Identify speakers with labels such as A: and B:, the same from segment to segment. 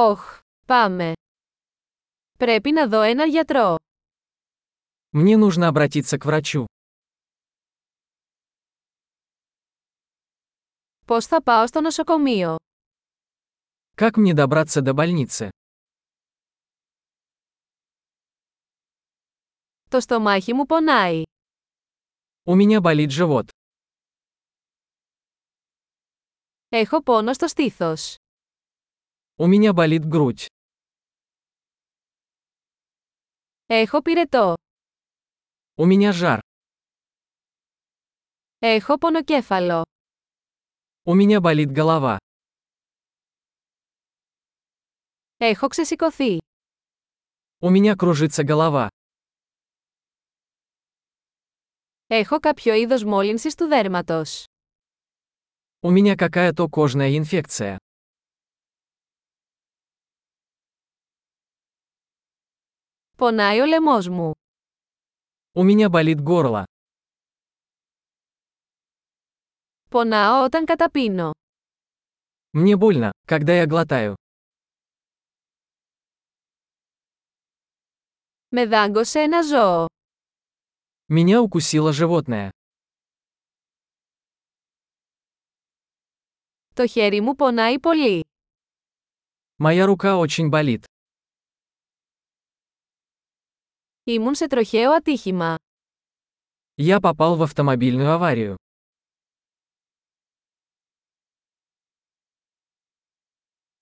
A: Ωχ, πάμε. Πρέπει να δω έναν γιατρό.
B: Мне нужно обратиться к врачу.
A: Πώς θα πάω στο νοσοκομείο.
B: Как мне добраться до больницы?
A: Το στομάχι μου πονάει.
B: У меня болит живот.
A: Έχω πόνο στο στήθος.
B: У меня болит грудь.
A: Έχω πυρετό.
B: У меня жар.
A: Έχω πονοκέφαλο.
B: У меня болит голова.
A: Έχω ξεσηκωθεί.
B: У меня кружится голова.
A: Έχω κάποιο είδος μόλυνσης του δέρματος.
B: У меня какая-то кожная инфекция.
A: Πονάει ο λαιμός μου.
B: У меня болит горло.
A: Πονάω όταν καταπίνω.
B: Мне больно, когда я глотаю.
A: Με δάγκωσε ένα ζώο.
B: Меня укусило животное.
A: Το χέρι μου πονάει πολύ.
B: Моя рука очень болит.
A: Ήμουν σε τροχαίο ατύχημα.
B: Я попал в автомобильную аварию.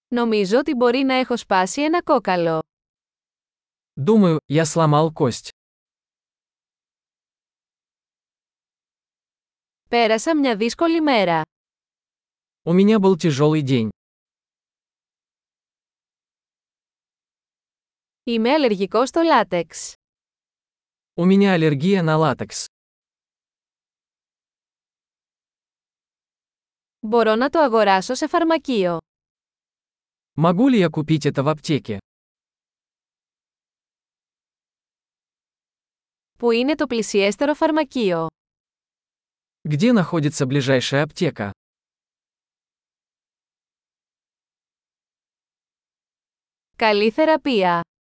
A: Νομίζω ότι μπορεί να έχω σπάσει ένα κόκαλο.
B: Думаю, я сломал кость.
A: Πέρασα μια δύσκολη μέρα.
B: У меня был тяжелый день.
A: Είμαι αλλεργικός στο λάτεξ.
B: У меня аллергия на латекс.
A: Μπορώ να το αγοράσω σε φαρμακείο.
B: Могу ли я купить это в аптеке?
A: Πού είναι το πλησιέστερο φαρμακείο.
B: Где находится ближайшая аптека?
A: Καλή θεραπεία.